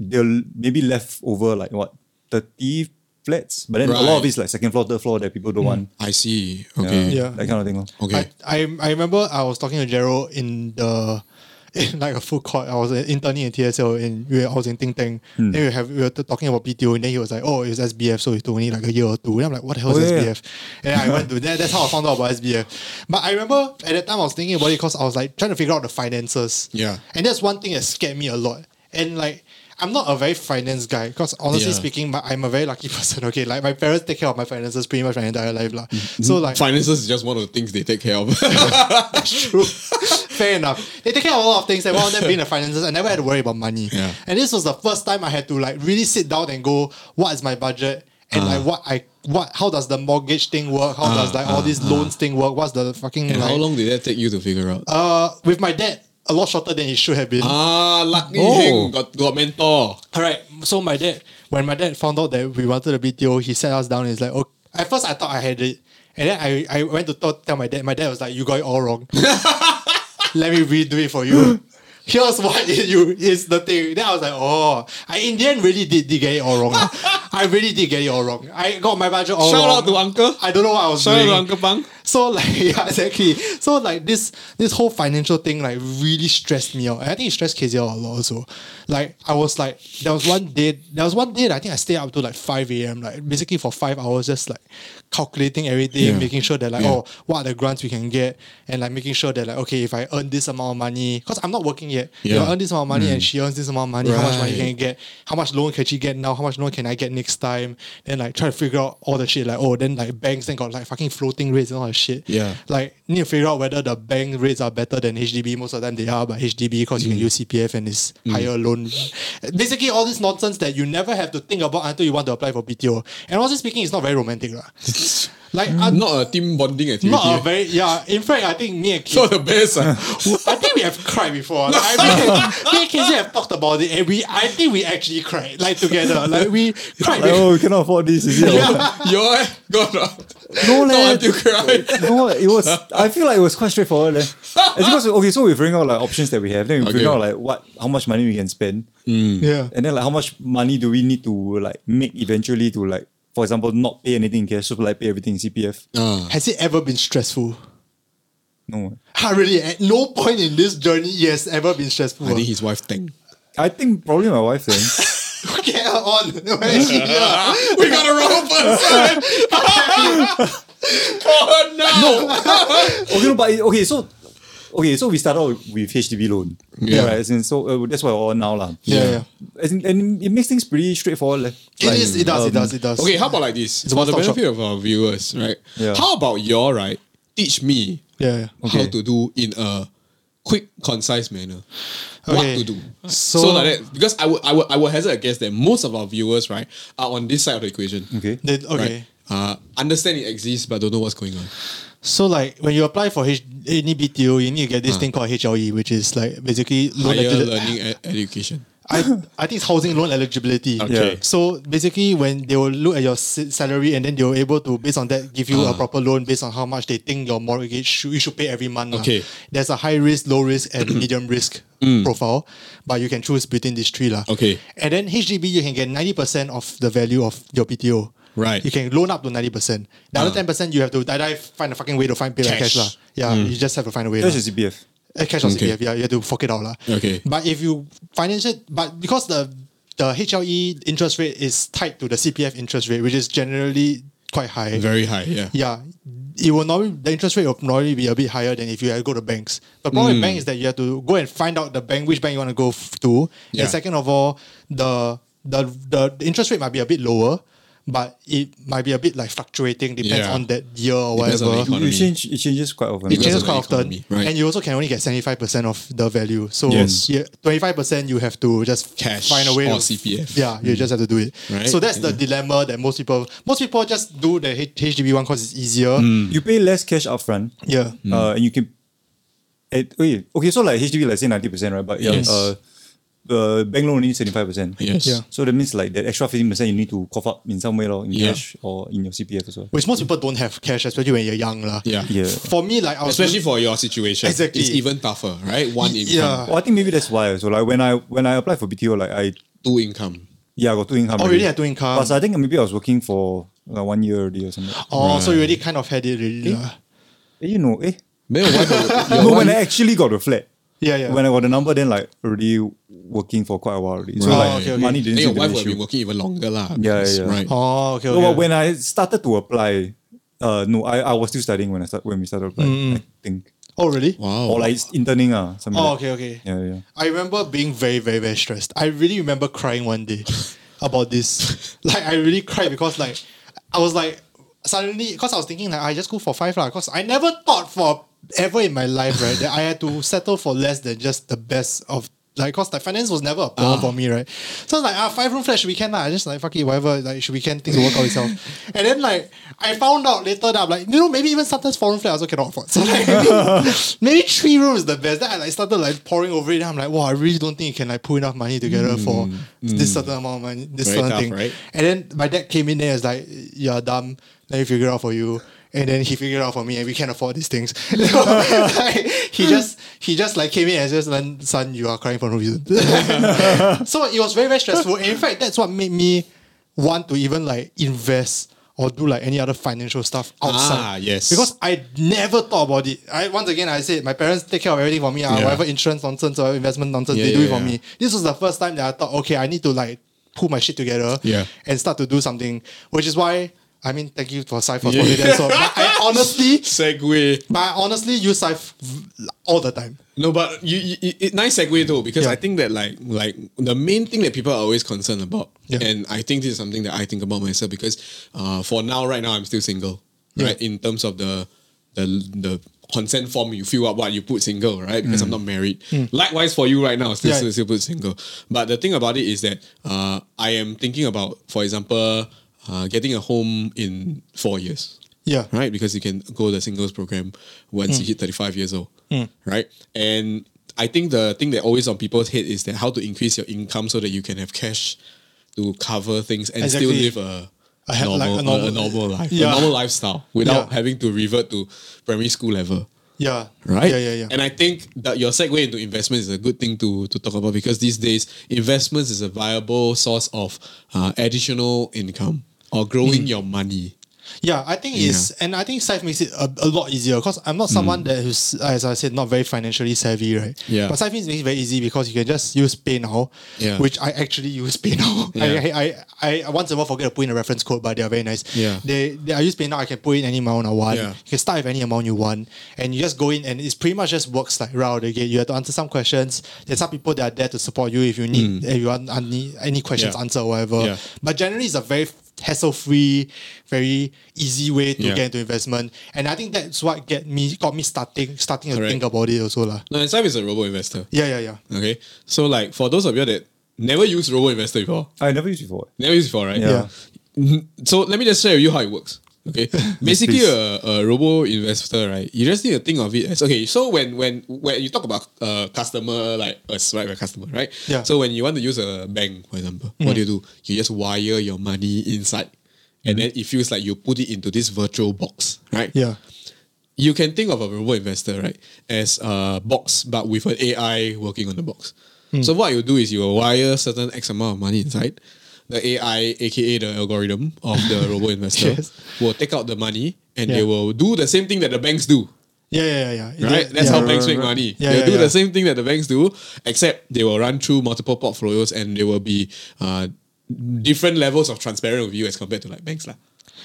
they'll maybe left over like what 30 flats. But then a lot of
Right.
it's like second floor, third floor that people don't want.
I see.
Yeah,
Okay.
Yeah.
That kind of thing. lor.
Okay.
I, I I remember I was talking to Gerald in the in like a food court. I was interning in TSL and we were, I was in Think Tank. Then we have we were t- talking about PTO and then he was like, Oh, it's SBF, so it's only like a year or two. Then I'm like, What the hell is
Oh, yeah, yeah.
SBF? And then I went to that that's how I found out about SBF. But I remember at that time I was thinking about it because I was like trying to figure out the finances.
Yeah.
And that's one thing that scared me a lot. And like I'm not a very finance guy because honestly
Yeah.
speaking, my, I'm a very lucky person. Okay, like my parents take care of my finances pretty much my entire life, lah. So like
Finances is just one of the things they take care of.
that's true. Fair enough. They take care of a lot of things. And one of them being the finances, I never had to worry about money.
Yeah.
And this was the first time I had to like really sit down and go, what is my budget? And
Uh.
like what I what how does the mortgage thing work? How does like all these loans thing work? What's the fucking
uh. and
like,
how long did that take you to figure out?
Uh with my dad, a lot shorter than it should have been.
ah, lucky
Oh.
Heng got got mentor.
All right. So my dad, when my dad found out that we wanted a BTO, he sat us down and he's like, "Okay." At first, I thought I had it, and then I, I went to talk, tell my dad. My dad was like, "You got it all wrong. Let me redo it for you. Here's what it, you is the thing." Then I was like, "Oh, I in the end really did, did get it all wrong. I really did get it all wrong. I got my budget all
Shout
wrong.
out to Uncle.
I don't know what I was
Shout out
doing.
to Uncle Bang.
So like yeah, exactly. So like this this whole financial thing like really stressed me out. And I think it stressed KZ out a lot also. Like I was like there was one day there was one day that I think I stayed up to like five AM, like basically for five hours just like calculating everything,
Yeah.
making sure that like
Yeah.
oh what are the grants we can get and like making sure that like okay if I earn this amount of money because I'm not working yet. If
Yeah. Mm.
I earn this amount of money and she earns this amount of money, how much money can I
Right.
get? How much loan can she get now? How much loan can I get next time? Then like try to figure out all the shit like oh then like banks then got like fucking floating rates and all that shit.
Yeah.
Like need to figure out whether the bank rates are better than HDB. Most of the time they are, but HDB because you can use CPF and it's higher loan. Basically all this nonsense that you never have to think about until you want to apply for BTO. And honestly speaking, it's not very romantic. lah. like I'm
Not a team bonding activity.
not a very yeah. In fact, I think me and Kate
not the best. ah.
I think we have cried before. Like, I think, me and Casey have talked about it, and we I think we actually cried like together. Like we cried.
Like, oh, we cannot afford this. Is it?
You're eh, got out.
No, leh.
Not until cry.
no, it was. I feel like it was quite straightforward. leh. It's because okay, so we bring out like options that we have. Then we bring
Okay. Hmm.
out like what, how much money we can spend.
yeah.
And then like how much money do we need to like make eventually to like for example not pay anything in cash, so like pay everything in CPF?
Ah.
Has it ever been stressful?
No.
Ah, really? At no point in this journey, yes, ever been stressful.
I think his wife thanked.
I think probably my wife eh? then.
Get her on. When is she here?
we got a wrong person. oh no!
okay, no, but it- okay, so okay, so we started out with HDB loan.
Yeah.
Right, as in, so uh, that's why we're on now, lah.
Yeah, yeah.
As in, and it makes things pretty straightforward. Like, um,
It is. It does. It does. It does.
um, Okay, how about like this?
a
For the
one-stop shop.
benefit of our viewers, right?
Yeah.
How about y'all, right? Teach me
Yeah. yeah.
how
Okay.
to do in a quick, concise manner.
Okay.
What to do.
So-
So, like that, because I would I would I would hazard a guess that most of our viewers, right, are on this side of the equation.
Okay.
They, okay.
Right? Uh, understand it exists but don't know what's going on.
So like when you apply for H- any BTO, you need to get this thing called HLE, which is like basically loan
Higher
eligi-
learning e- education.
I, I think it's housing loan eligibility.
Okay. Yeah.
So basically, when they will look at your sa- salary and then they were able to, based on that, give you a
Ah.
proper loan based on how much they think your mortgage should, you should pay every month. lah.
Okay. Mm.
There's a high risk, low risk, and medium risk profile, but you can choose between these three. lah.
Okay.
And then HDB, you can get 90% of the value of your PTO.
Right.
You can loan up to 90%. The other
Ah.
10%, you have to die, die, find a fucking way to find pay cash.
Cash.
cash
Mm.
lah. Yeah, you just have to find a way.
That's
lah.
your CPF.
Uh, cash or
Okay.
CPF, yeah, you have to fork it out. lah.
Okay.
But if you finance it, but because the the HLE interest rate is tied to the CPF interest rate, which is generally quite high.
Very high, yeah.
yeah. It will normally the interest rate will normally be a bit higher than if you go to banks. The problem
Hmm.
with bank is that you have to go and find out the bank which bank you want to go f- to. And
Yeah.
second of all, the, the the the interest rate might be a bit lower, but it might be a bit like fluctuating depends
Yeah.
on that year or
Depends on the
whatever.
It,
economy.
change, it changes quite often.
It
It
changes quite
Because of the
often,
economy, right.
and you also can only get seventy five percent of the value. So
Yes.
twenty five percent you have to just
Cash
find a way
or
to-
CPF.
Yeah, you just have to do it.
Hmm. Right?
So that's the
Yeah.
dilemma that most people most people just do the H- HDB one because it's easier.
Hmm.
you pay less cash upfront.
Yeah,
Uh, and you can. It, wait, okay, so like HDB, let's say 90%, right? But yeah,
Yes.
uh, uh, bank loan only 75%.
Yes.
Yeah.
So that means like that extra 15% you need to cough up in some way, lor, in
Yeah.
cash or in your CPF as well.
which most people don't have cash, especially when you're young, lah.
Yeah.
Yeah.
For me, like I was
Especially for your situation.
Exactly.
It's even tougher, right? One
yeah.
income,
Well, I think maybe that's why. So like when I when I applied for BTO, like I
two income.
yeah, I got two income.
Oh, really? Had two income.
Plus, I think maybe I was working for like one year already or something.
Oh, so you already kind of had it, really. lah.
Eh, you know, eh.
没有，我
No, when I actually got the flat.
Yeah, yeah.
When I got the number, then like already working for quite a while already. So
Right.
like
Oh, okay, okay.
money
Then
didn't seem
your
to be
wife
an
will be
issue.
working even longer lah.
Yeah,
because-
yeah.
Right.
Oh, okay,
No,
okay.
but when I started to apply, uh, no, I, I was still studying when I start when we started applying. I think
oh, really?
Wow.
or like interning ah. something
Oh,
like that.
okay, okay.
Yeah, yeah.
I remember being very, very, very stressed. I really remember crying one day about this. Like I really cried because like I was like suddenly because I was thinking like I just go for five lah. Because I never thought for ever in my life right that I had to settle for less than just the best of like because like finance was never a problem
Ah.
for me right. So I was like ah five room flat should weekend lah. I just like fuck it whatever like should weekend things will work out itself. And then like I found out later that I'm like you know maybe even sometimes four room flat I also cannot afford. So like maybe three rooms is the best. Then I like started like pouring over it. And I'm like, wow, I really don't think you can like put enough money together for this certain amount of money, this
Mm, Very
certain
tough,
thing.
right?
And then my dad came in there and was like, you're dumb. Let me figure it out for you. And then he figured it out for me, and we can't afford these things. Like, he just he just like came in and just like, son, you are crying for no reason. so it was very very stressful. And in fact, that's what made me want to even like invest or do like any other financial stuff outside.
Ah, yes.
Because I never thought about it. I once again I said my parents take care of everything for me. ah,
Yeah.
whatever insurance nonsense or investment nonsense,
Yeah,
they do
yeah,
it for
yeah.
me. This was the first time that I thought, okay, I need to like pull my shit together
Yeah.
and start to do something. Which is why I mean, thank you for Cypher
Yeah.
for it. So, but I honestly,
Segway.
but I honestly use Cypher all the time.
No, but you, you it, it- nice segue though because
Yeah.
I think that like like the main thing that people are always concerned about,
Yeah.
and I think this is something that I think about myself because uh, for now, right now, I'm still single, right? In terms of the the the consent form you fill up, what you put single, right? Because I'm not married. Likewise for you right now, still,
Mm. Hmm. Yeah.
still still put single. But the thing about it is that uh, I am thinking about, for example, uh, getting a home in four years
Yeah.
right? Because you can go the singles program once
Mm.
you hit 35 years old, right? And I think the thing that always on people's head is that how to increase your income so that you can have cash to cover things and
Exactly.
still live a,
A ha-
normal,
like a
a
normal-
normal, life,
Yeah.
a normal lifestyle without
Yeah.
having to revert to primary school level.
Yeah.
Right?
Yeah, yeah, yeah.
And I think that your segue into investment is a good thing to, to talk about because these days investments
Mm.
is a viable source of uh, additional income or growing your money.
Yeah, I think it's and I think SAF makes it a, a lot easier because I'm
Hmm.
not someone that who's as I said not very financially savvy, right?
Yeah.
But SAF makes it very easy because you can just use PayNow,
Yeah.
which I actually use PayNow. I,
Yeah.
I, I I once in a while forget to put in a reference code, but they are very nice.
Yeah.
They, they I use PayNow. I can put in any amount I want.
Yeah.
You can start with any amount you want, and you just go in and it's pretty much just works like right out of the gate. You have to answer some questions. There's some people that are there to support you if you need if you want any any questions
Hmm. Yeah.
answered or whatever.
Yeah.
But generally, it's a very hassle-free, very easy way to
Yeah.
get into investment, and I think that's what get me got me starting starting to
Correct.
think about it also lah.
No, and Sam is a robo investor.
Yeah, yeah, yeah.
Okay. So like for those of you that never used robo investor before,
I never used before.
never used before, right?
Yeah.
Mhm. So let me just share with you how it works. Okay. Basically
please.
a, a robo investor, right? You just need to think of it as okay, so when when when you talk about uh customer like us, right? We're customer, right?
Yeah.
So when you want to use a bank, for example,
Mm.
what do you do? You just wire your money inside.
Mm.
And then it feels like you put it into this virtual box, right?
Yeah.
you can think of a robo investor, right, as a box, but with an AI working on the box.
Hmm.
So what you do is you will wire certain X amount of money inside. The AI, aka the algorithm of the robo investor,
Yes.
will take out the money and
Yeah.
they will do the same thing that the banks do.
Yeah, yeah, yeah, yeah.
Right? That's
yeah.
how banks make
right.
Yeah,
money. They'll
yeah,
do
yeah.
the same thing that the banks do, except they will run through multiple portfolios and they will be uh, different levels of transparent with you as compared to like banks. Lah.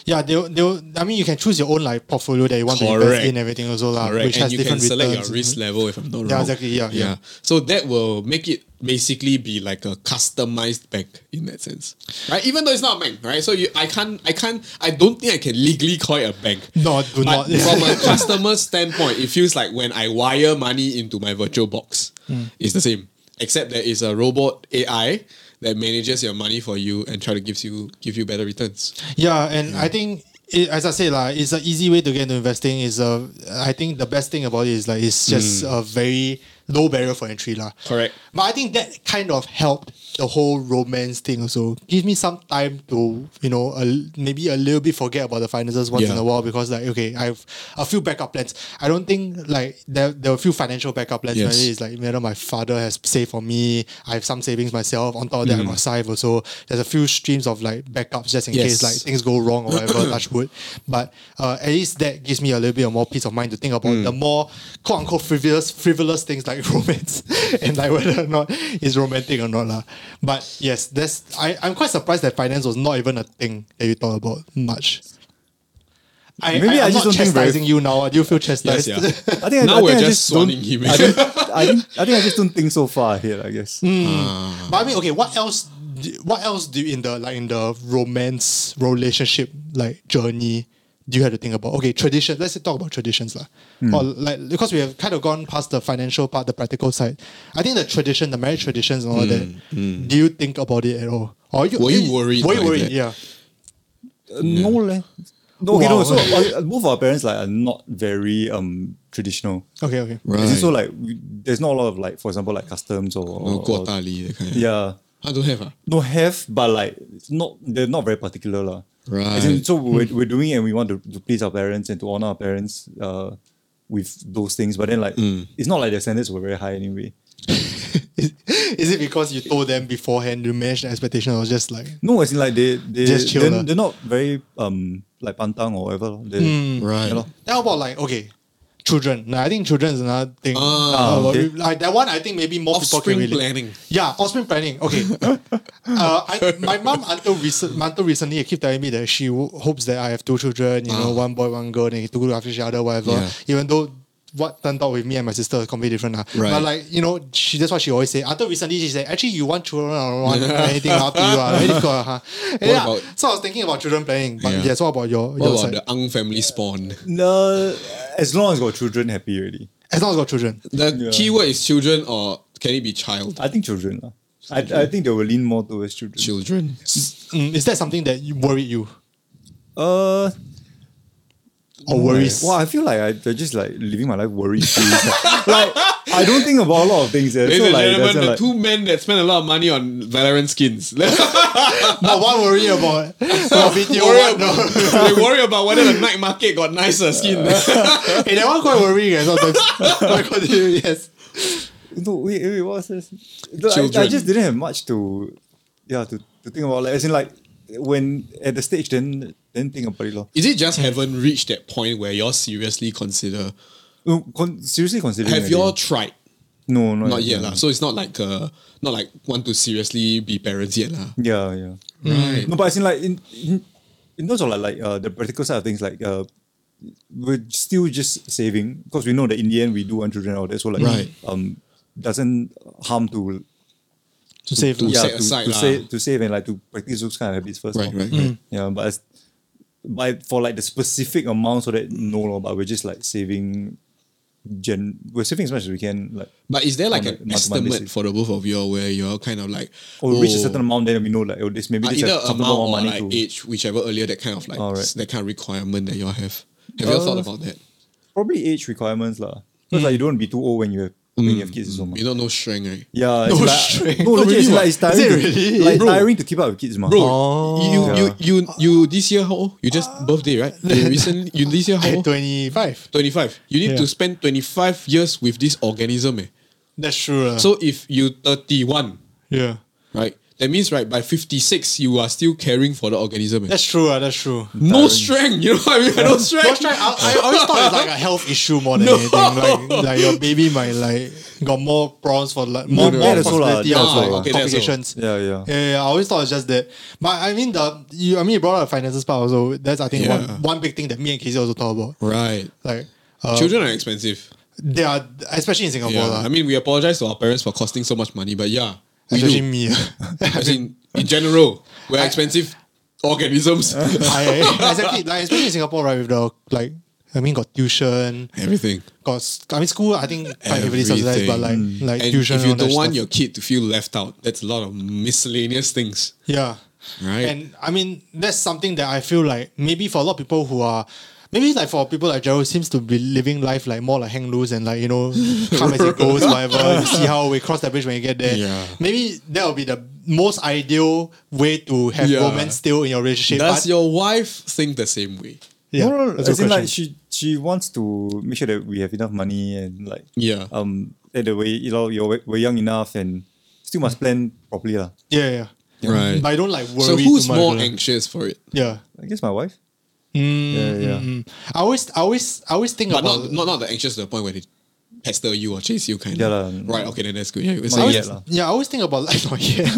Yeah, they will- they. will- I mean, you can choose your own like portfolio that you want to
Correct.
invest in, everything also lah,
Correct.
which
and
has
you
different
can select
returns.
your risk level if I'm not wrong.
Yeah, exactly. Yeah, yeah.
So that will make it basically be like a customized bank in that sense, right? Even though it's not a bank, right? So you, I can't, I can't, I don't think I can legally call it a bank.
No, do not.
But from a customer standpoint, it feels like when I wire money into my virtual box,
Hmm.
it's the same, except there is a robot AI that manages your money for you and try to gives you give you better returns.
Yeah, and I think it, as I said, like it's an easy way to get into investing. Is uh, I think the best thing about it is like it's just a very low barrier for entry, lah.
Mm. Correct.
But I think that kind of helped the whole romance thing. Also, give me some time to you know a, maybe a little bit forget about the finances once
Yeah.
in a while because like okay, I've a few backup plans. I don't think like there there are a few financial backup plans.
Yes.
Maybe it's like whether my father has saved for me. I have some savings myself. On top of that,
Mm.
I got SIVE also. There's a few streams of like backups just in
Yes.
case like things go wrong or whatever, touch wood. But uh, at least that gives me a little bit of more peace of mind to think
Mm.
about the more quote unquote frivolous frivolous things like romance and like whether or not it's romantic or not. lah. But yes, that's I, I'm quite surprised that finance was not even a thing that you thought about much. I,
Maybe I
am
just
not
don't think very-
chastising you now. Do you feel
Yes,
chastised?
yeah.
I think I,
now
I
we're
think I
just
don't-
swanning him.
I, don't, I, didn't- I think I just don't think so far ahead. I guess.
Mm. But I mean, okay, what else? d- What else do you in the like in the romance relationship like journey? Do you have to think about okay tradition? Let's say talk about traditions lah,
Hmm.
or like because we have kind of gone past the financial part, the practical side. I think the tradition, the marriage traditions and all that. Do you think about it at all? Or you,
Hmm, Were you worried
Were you
by
worried?
that?
Yeah,
Uh, No leh. No, okay,
Wow.
no. So uh, both our parents like are not very um traditional.
okay, okay.
Right.
As in, so like we, there's not a lot of like, for example, like customs or, or-
Or
or-
quarterly, that kind of-
yeah.
I don't have. ah.
No have, but like it's not they're not very particular lah. As in,
Right.
so we're,
Hmm.
we're doing it and we want to, to please our parents and to honor our parents uh, with those things. But then like
Hmm.
it's not like their standards were very high anyway.
Is, is it because you told them beforehand you managed the expectation or just like
No, as in like they they
Just chill lah.
they're, they're not very um like pantang or whatever. lor. They,
Hmm.
Right.
you know.
How about like okay, children? Now I think children is another thing.
Ah,
Uh,
okay.
like, that one, I think maybe more people
Offspring
can relate.
planning.
Yeah, offspring planning. Okay, uh, I, my mom until recent, until recently, she keep telling me that she w- hopes that I have two children. You know, one boy, one girl, and to look after each other, whatever.
Ah. Yeah.
Even though. What turned out with me and my sister is completely different. lah.
Right.
But like, you know, she that's what she always say. Until recently she said, actually you want children or want anything after you are very difficult. Huh? Yeah.
about-
so I was thinking about children planning. But
Yeah.
yeah, so what about your,
What
your
about
side?
the Ang family spawn?
No, as long as got children happy already.
As long as got children.
Yeah.
The keyword is children or can it be child?
I think children lah. I, I think they will lean more towards children.
Children.
Mm, is that something that you- worried you
Uh,
or worries?
Well, I feel like I, I just like living my life worry free. like I don't think about a lot of things. Eh.
Ladies
So
and
like,
gentlemen,
that's
the
not, like
two men that spend a lot of money on Valorant skins. they,
But what worry about about video?
worry
what,
about,
no.
they worry about whether the night market got nicer skin.
hey, that one quite worrying. eh, sometimes. But continue, yes.
no, wait, wait, what was this? No, I, I
Children.
just didn't have much to, yeah, to, to think about. Like, as in like when at the stage, then then think about it. lor.
Is it just haven't reached that point where you're seriously consider?
No, con- seriously considering.
Have you all
again.
tried?
No, not,
Not yet
again.
lah. So it's not like uh, not like want to seriously be parents yet lah.
Yeah, yeah.
Right.
No, but I think like in, in in terms of like, like uh, the practical side of things, like uh, we're still just saving because we know that in the end we do want children out there. So like,
Right.
um, doesn't harm to
to save
to-
lah.
yeah
set
to,
aside
to
lah.
save to save and like to practice those kind of habits first.
Right,
lor.
right, right.
Yeah, but as, but for like the specific amount, so that no, lor, but we're just like saving. Gen, we're saving as much as we can. Like,
But is there like
On a
an
month-to-month
estimate
basis.
for the both of you all where you're kind of like
or we reach a certain amount, then we know like oh, this maybe
uh,
this is
either
a
amount
comfortable
or
amount of
like
money to
age, whichever earlier, that kind of like
Alright.
s- that kind of requirement that y'all have. Have you all thought
Uh,
about that?
probably age requirements lah. Because
Hmm.
like you don't want to be too old when you have when you have kids so much.
You don't know strength, right?
Yeah, it's
No
like,
strength.
no,
Oh,
legit, it's
really?
like it's
Is
tiring.
it
to-
really?
Like
Bro.
tiring to keep up with kids, man.
Bro,
Oh.
you, you you you this year how old? You just
Uh,
birthday, right? You recently you this year how
I
old?
twenty five.
Twenty five. You need
Yeah.
to spend twenty five years with this organism, eh.
That's true. lah.
So if you thirty one,
yeah,
right? That means right by fifty six you are still caring for the organism. eh.
that's true. lah, That's true.
No strength, you know what I mean? No strength.
Don't try- I, I always thought it's like a health issue more than
No.
anything. Like, like your baby might like got more problems for like more,
no,
more
that's all lah,
possibility
that's
of like,
all lah.
Okay, uh, that's all.
complications.
Yeah, yeah.
Yeah, yeah, I always thought it's just that. But I mean the you I mean you brought up the finances part also. That's I think
Yeah.
one one big thing that me and Casey also talk about.
Right.
Like uh,
Children are expensive.
they are especially in Singapore. lah.
Yeah. I mean, we apologize to our parents for costing so much money, but yeah, we
especially
do.
me.
As in, in general, we're expensive organisms.
I, exactly like especially in Singapore, right? With the like I mean got tuition,
Everything.
got s- I mean school I think quite heavily subsidized, but like
Everything.
like
Mm. And
tuition.
if you
and all
don't
that
want
stuff.
your kid to feel left out, that's a lot of miscellaneous things.
Yeah.
Right.
And I mean, that's something that I feel like maybe for a lot of people who are maybe like for people like Gerald seems to be living life like more like hang loose and like, you know, come as it goes, whatever. You see how we cross that bridge when you get there.
Yeah.
Maybe that would be the most ideal way to have
Yeah.
romance still in your relationship. but-
Does your wife think the same way?
yeah,
no, no, no.
that's a
As
good
in, like
question.
she she wants to make sure that we have enough money and like
Yeah.
um that the way you know you're we're young enough and still
Hmm.
must plan properly lah.
yeah, yeah.
Right.
But I don't like worry.
so who's
too much, uh,
more
like-
anxious for it?
Yeah.
I guess my wife.
Mm,
Yeah, yeah.
mm, mm. I always, I always, I always think
But
about
not, not not the anxious to the point where they pester you or chase you kind
Yeah lah.
of. Right, okay, then that's good. Yeah, you were
Not
saying
yet
yes.
lah.
Yeah, I always think about like not yet.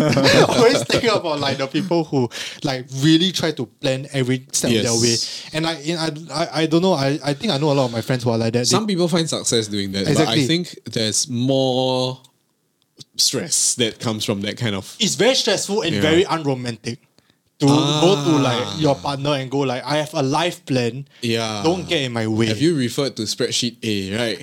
I always think about like the people who like really try to plan every step of their way.
Yes.
And I, in, I, I, I don't know. I, I think I know a lot of my friends who are like that. They-
Some people find success doing that, but I
Exactly.
think there's more stress that comes from that kind of.
it's very stressful and
Yeah. Ah.
very unromantic to go to like your partner and go like I have a life plan.
Yeah.
Don't get in my way.
Have you referred to spreadsheet A, right?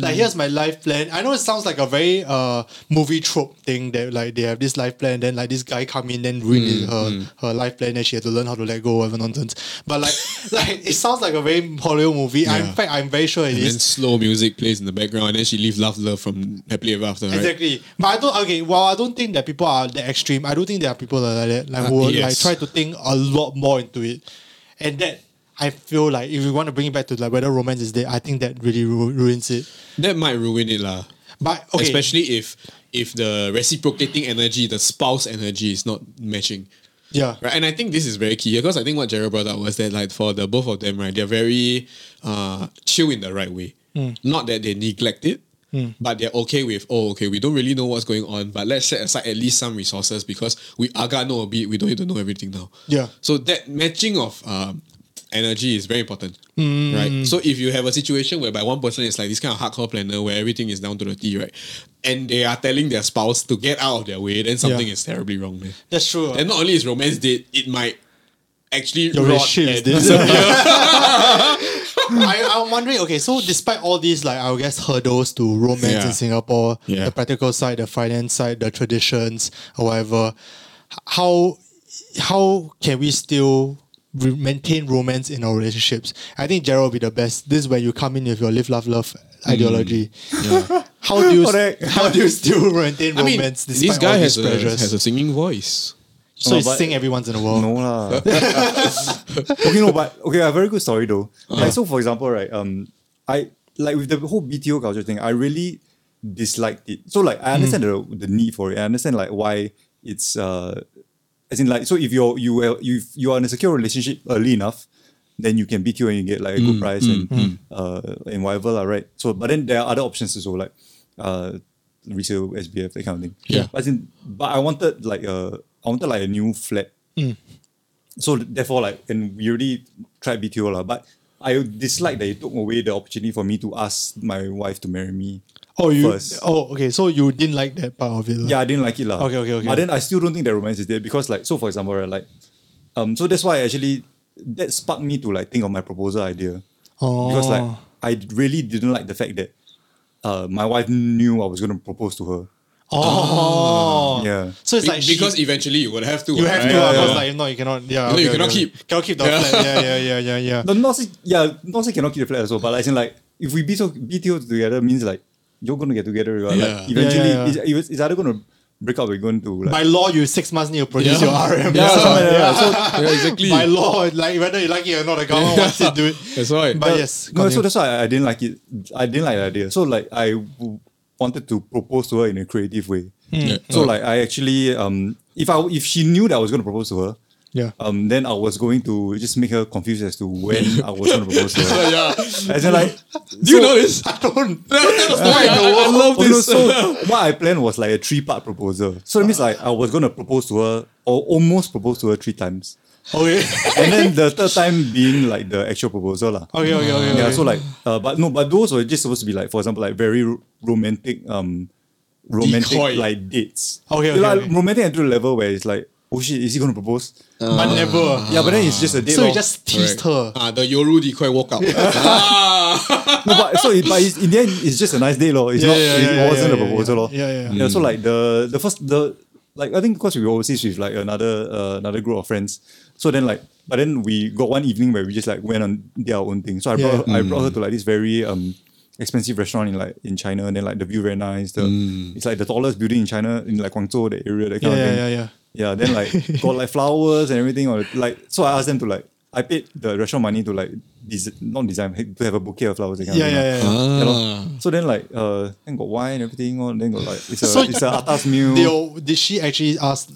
like
Mm.
here's my life plan. I know it sounds like a very uh movie trope thing that like they have this life plan, then like this guy come in then ruin
Mm,
his- her her life plan, and she had to learn how to let go, whatever nonsense. But like like it sounds like a very Hollywood movie. I, in
Yeah.
fact, I'm very sure it is.
And then slow music plays in the background, and then she leaves Love Love from Happily Ever After, right?
Exactly, but I don't. Okay, well, I don't think that people are that extreme. I don't think there are people that are like that, like
Uh,
who will,
yes.
like try to think a lot more into it, and that I feel like if you want to bring it back to like whether romance is there, I think that really ru- ruins it.
That might ruin it, lah.
But okay,
Especially if if the reciprocating energy, the spouse energy, is not matching.
yeah,
Right, and I think this is very key because I think what Jared brought up was that like for the both of them, right, they're very uh, chill in the right way.
Hmm.
Not that they neglect it, but they're okay with oh, okay, we don't really know what's going on, but let's set aside at least some resources because we agak know a bit. We don't need to know everything now.
Yeah.
So that matching of um, energy is very important,
Hmm.
right? So if you have a situation whereby one person is like this kind of hardcore planner where everything is down to the T, right, and they are telling their spouse to get out of their way, then something
Yeah.
is terribly wrong, man.
that's true.
And not only is romance dead, it might actually
Your
rot
relationship is
and
dead.
disappear.
I, I'm wondering, okay, so despite all these, like, I guess, hurdles to romance
Yeah.
in Singapore,
Yeah.
the practical side, the finance side, the traditions, or whatever, h- how, how can we still re- maintain romance in our relationships? I think Gerald will be the best. This is where you come in with your live, love, love
Mm.
ideology. how do you
Correct.
how do you still maintain
I mean,
romance despite
this guy
all
has
these
a,
pressures?
has a singing voice.
so
No,
you
but-
sing every once in a while.
No lah. okay, no, but okay, a very good story though. Like so, for example, right, um, I like with the whole BTO culture thing, I really Hmm. disliked it. So like, I understand the the need for it. I understand like why it's uh As in, like, so if you're you are you you are in a secure relationship early enough, then you can BTO and you get like a good price and uh and whatever, lah, right? So, but then there are other options as well, like uh resale, SBF, that kind of thing.
Yeah.
But as in, but I wanted like a I wanted like a new flat. So therefore, like, and we already tried BTO, lah, but. I dislike that it took away the opportunity for me to ask my wife to marry me.
Oh, you.
first.
Oh, okay. So you didn't like that part of it. lah.
Yeah, I didn't like it lah.
Okay, okay, okay.
But then I still don't think that romance is there because like so for example, right, like um so that's why I actually that sparked me to like think of my proposal idea.
Oh.
Because like I really didn't like the fact that uh my wife knew I was gonna propose to her.
Oh.
Yeah.
So it's
Be-
like she-
because eventually you would have to.
you have
right?
to.
Yeah,
Yeah,
yeah.
Like if not, you cannot. Yeah.
No, you
okay,
cannot
okay.
keep.
Cannot keep the
Yeah.
flat. Yeah, yeah, yeah, yeah, yeah.
No, not say, yeah, not say cannot keep the flat as well, but like, as in, like if we BTO, BTO together means like you're gonna get together. Right?
Yeah.
Like eventually
Yeah, yeah, yeah.
It's, it's either gonna break up or you're going to like
By law, you six months need to produce
Yeah.
your RM.
Yeah,
So,
something like that.
Yeah, exactly.
By law, like whether you like it or not, the government wants it to do it.
That's why.
But
Uh,
yes,
No, so
continue.
that's why I, I didn't like it. I didn't like the idea. So like I w- wanted to propose to her in a creative way.
Hmm.
Yeah.
So like I actually um if I if she knew that I was going to propose to her,
yeah.
um then I was going to just make her confused as to when I was going to propose to her.
yeah.
As in like
Do you know this?
I don't.
Why I, I love
Oh, no,
this.
so what I planned was like a three part proposal. So it means like I was going to propose to her or almost propose to her three times,
Okay.
and then the third time being like the actual proposal lah.
Okay. Okay. Okay. okay.
Yeah, so like, uh, but no, but those were just supposed to be like, for example, like very ro- romantic, um, romantic
Decoy.
like dates.
Okay, okay,
like,
okay.
romantic until the level where it's like, oh shit, is he gonna propose?
but never.
yeah, but then it's just a date.
So you
lor.
just teased her.
Ah, the Yoru decoy walkout. ah.
no, but so it, but it's, in the end, it's just a nice day, lor. It's
Yeah,
not,
yeah,
it
yeah, yeah,
wasn't
yeah,
a proposal,
yeah.
lor.
Yeah, yeah.
Yeah, so like the the first the like I think because we were overseas with like another uh, another group of friends, so then like but then we got one evening where we just like went on did our own thing. So I brought
Yeah. Mm.
I brought her to like this very um expensive restaurant in like in China, and then like the view very nice. The it's like the tallest building in China in like Guangzhou the area that kind
Mm. Yeah,
of thing.
yeah, yeah, yeah.
Yeah, then like got like flowers and everything. Or like, so I asked them to like, I paid the restaurant money to like, des- not design to have a bouquet of flowers. that kind of
Yeah,
thing,
yeah,
lah.
yeah, yeah.
You know?
Ah.
So then like, uh, then got wine and everything. On then got like, it's a
So-
it's a atas meal.
They all- did she actually ask?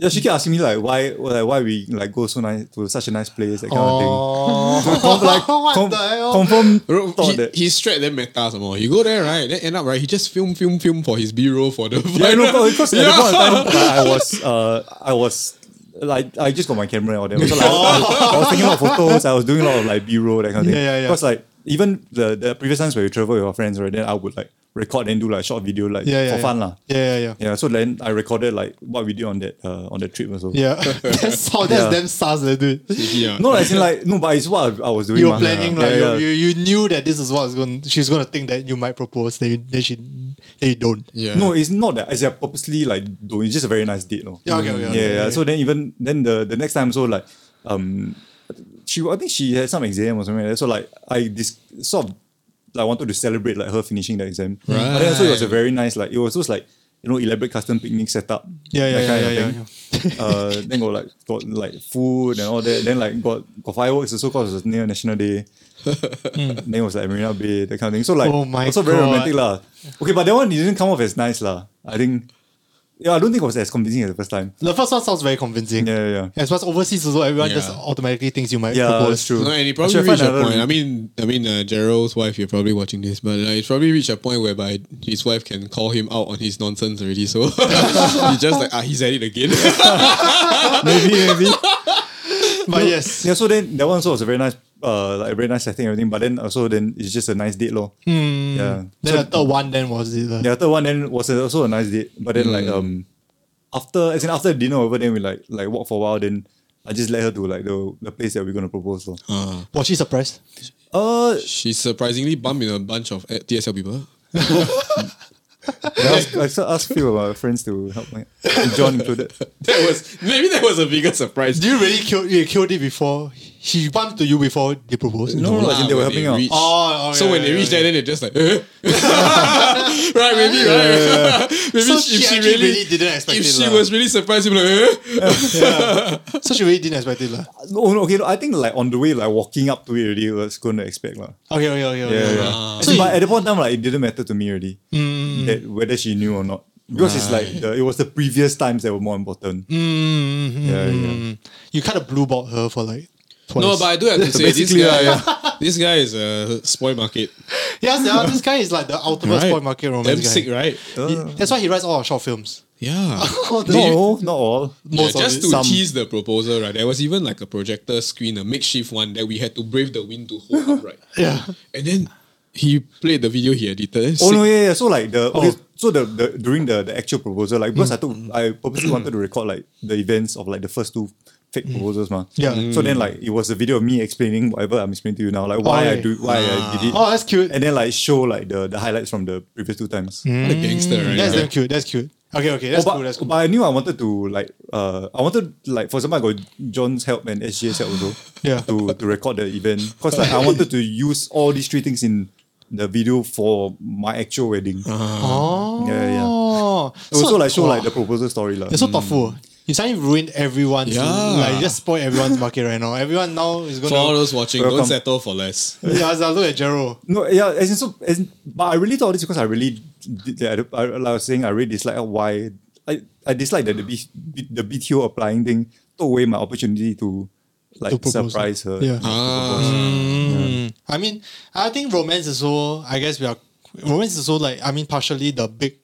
yeah, she kept asking me like, why like why we like go so nice to such a nice place that kind of thing.
Oh,
Com- like,
what
com-
the hell?
confirm
Bro,
thought
he,
that.
he straight then meta some more. He go there right, then end up right. He just film, film, film for his B roll for the.
Yeah,
final-
no, because at the
Yeah.
point of time, like, I was, uh, I was, like, I just got my camera and all that. So, like, I, I was taking a lot of photos. I was doing a lot of like B-roll that kind of thing.
Oh. Yeah, yeah, yeah.
Because like even the the previous times where we travel with our friends, right? Then I would like record and do like short video like
yeah, yeah,
for
yeah.
fun lah.
Yeah, yeah, yeah.
Yeah. So then I recorded like what we did on that uh, on the trip also.
Yeah, that's how that's
Yeah.
them sus, eh, dude.
yeah.
No, as in like no, but it's what I, I was doing.
You were
mah.
planning
Yeah,
like
yeah.
You, you you knew that this is what is going. She's going to think that you might propose. Then you, then she then you don't.
yeah.
No, it's not that. It's like purposely like doing. It's just a very nice date, no?
Yeah, okay, okay,
yeah,
okay,
yeah.
okay.
So then even then the the next time, so like, um, she I think she had some exam or something like that. So like I this sort of like wanted to celebrate like her finishing the exam.
Right.
But then also it was a very nice like it was just like you know elaborate custom picnic setup.
Yeah, yeah,
that kind
yeah,
of
yeah,
thing. uh, then got like got like food and all that. Then like got got fireworks also cause it was near National Day. then it was like Marina Bay that kind of thing. So like
Oh my
also very
God.
romantic lah. Okay, but that one didn't come off as nice lah. I think yeah, I don't think it was as convincing as the first time.
The first one sounds very convincing.
Yeah, yeah, yeah.
As far as overseas, also everyone
Yeah.
just automatically thinks you might
Yeah,
propose.
that's true.
No, and it
I
probably
should
reached
find
a
another-
point. I mean, I mean, uh, Gerald's wife. You're probably watching this, but uh, it's probably reached a point whereby his wife can call him out on his nonsense already. So he's just like, ah, he's at it again.
maybe, maybe.
But yes,
Yeah, so then that one also was a very nice, uh, like a very nice setting and everything. But then also then it's just a nice date, lor. Yeah.
Hmm. then the third one then was it. uh, the-
The other one then was also a nice date, but then
Hmm.
like um, after as in after dinner over, then we like like walk for a while. Then I just let her to like the the place that we're gonna propose. lor.
Ah.
Was she surprised?
Uh,
She surprisingly bumped in a bunch of eh, TSL people.
I asked, I asked- asked few of my friends to help me, John included.
That was maybe that was a bigger surprise.
Did you really kill you killed it before? She bumped to you before they proposed.
No,
lah,
as in they were helping
when
out.
reached-
Oh, oh,
so
yeah,
when
yeah,
they reached
yeah,
there, then they're just like, eh? right, maybe, right? maybe
So
if
she
she,
actually
really,
really didn't expect
if
it
she
lah.
was really surprised, she'd be like, eh?
So she really didn't expect it, lah.
Oh, no, okay, no, I think like on the way, like walking up to it already was gonna expect lah.
Okay, okay, okay, okay.
Yeah,
Ah.
yeah.
okay. So
but
you-
Mm,
at the point in time, like it didn't matter to me already that whether she knew or not. because it's like the, it was the previous times that were more important.
Mm.
Mm,
Yeah, yeah.
You kind of blue balled her for like twice.
No, but I do have to say this
Basically,
guy,
yeah,
this guy is a spoil market.
yes, yeah, this guy is like the ultimate
Right?
spoil market romance
Damn
guy.
sick, right?
He- that's why he writes all our short films.
Yeah.
All the-
Oh, No, not all.
Yeah,
Most of
just
it,
to
some-
tease the proposal, right? There was even like a projector screen, a makeshift one that we had to brave the wind to hold up, right?
Yeah.
And then he played the video he edited.
Oh
Sick. Oh.
no, yeah, yeah. So like the okay, so the, the during the, the actual proposal, like
Mm.
because I took I purposely wanted to record like the events of like the first two fake
Mm.
proposals, ma.
Yeah.
So then like it was a video of me explaining whatever I'm explaining to you now, like why I
yeah.
do why I did it.
Oh, that's cute.
And then like show like the, the highlights from the previous two times.
Mm.
What a gangster, right?
That's
Yeah.
damn cute. That's cute. Okay, okay, that's
Oh, but,
cool. That's cool.
but I knew I wanted to like uh I wanted like for example I got John's help and SGA's help also
Yeah.
to, to record the event because like I wanted to use all these three things in the video for my actual wedding.
Oh,
Yeah, yeah.
So-
also like show
Wow.
like the proposal story lah.
You're Oh, so oh. thoughtful. You suddenly ruined everyone's
Yeah.
like you just spoil everyone's market right now. Everyone now is
For
gonna
all those watching, don't
Welcome.
settle for less.
yeah, as I look at Jero.
No, yeah, as in so, as in, but I really thought this because I really, did, I, I, like I was saying I really dislike why I, I dislike that the B, B- the BTO applying thing took away my opportunity to like
To propose.
surprise her.
Yeah.
Ah,
I mean, I think romance is so I guess we are romance is so like I mean partially the big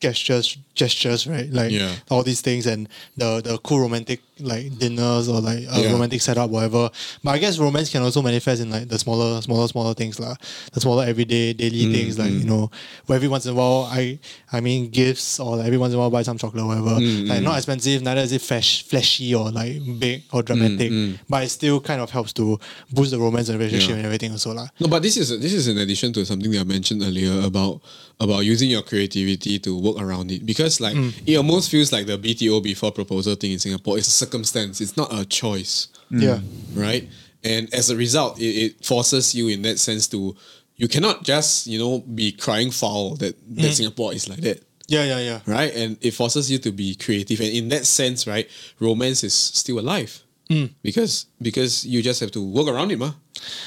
gestures gestures, right? Like
Yeah.
all these things and the the cool romantic like dinners or like a
Yeah.
romantic setup, whatever. But I guess romance can also manifest in like the smaller, smaller, smaller things, lah. The smaller everyday daily things like, you know, where every once in a while I I mean gifts or like every once in a while buy some chocolate or whatever. Like not expensive, neither is it flash, flashy or like big or dramatic. But it still kind of helps to boost the romance and relationship
Yeah.
and everything also lah.
no, but this is this is in addition to something that I mentioned earlier about about using your creativity to work around it because like
Mm.
it almost feels like the BTO before proposal thing in Singapore is a circumstance. It's not a choice.
Yeah.
right? And as a result, it, it forces you in that sense to you cannot just you know be crying foul that that Singapore is like that,
Yeah, yeah, yeah.
right? And it forces you to be creative, and in that sense, right, romance is still alive because because you just have to work around it, ma.